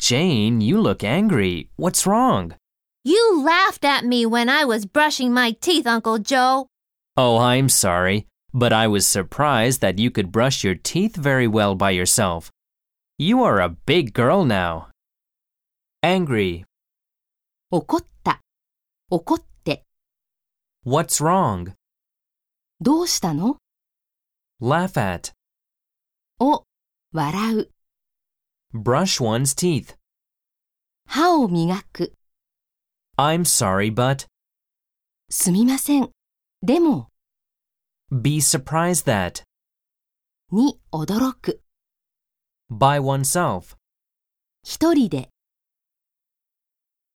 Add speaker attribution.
Speaker 1: Jane, you look angry. What's wrong?
Speaker 2: You laughed at me when I was brushing my teeth, Uncle Joe.
Speaker 1: Oh, I'm sorry, but I was surprised that you could brush your teeth very well by yourself. You are a big girl now. Angry.
Speaker 3: 怒った、怒って、
Speaker 1: What's wrong?
Speaker 3: どうしたの
Speaker 1: Laugh at.
Speaker 3: を、笑う、
Speaker 1: Brush one's teeth.
Speaker 3: 歯を磨く、
Speaker 1: I'm sorry, but.
Speaker 3: すみません。でも、
Speaker 1: Be surprised that.
Speaker 3: に驚く、
Speaker 1: By oneself.
Speaker 3: 一人で。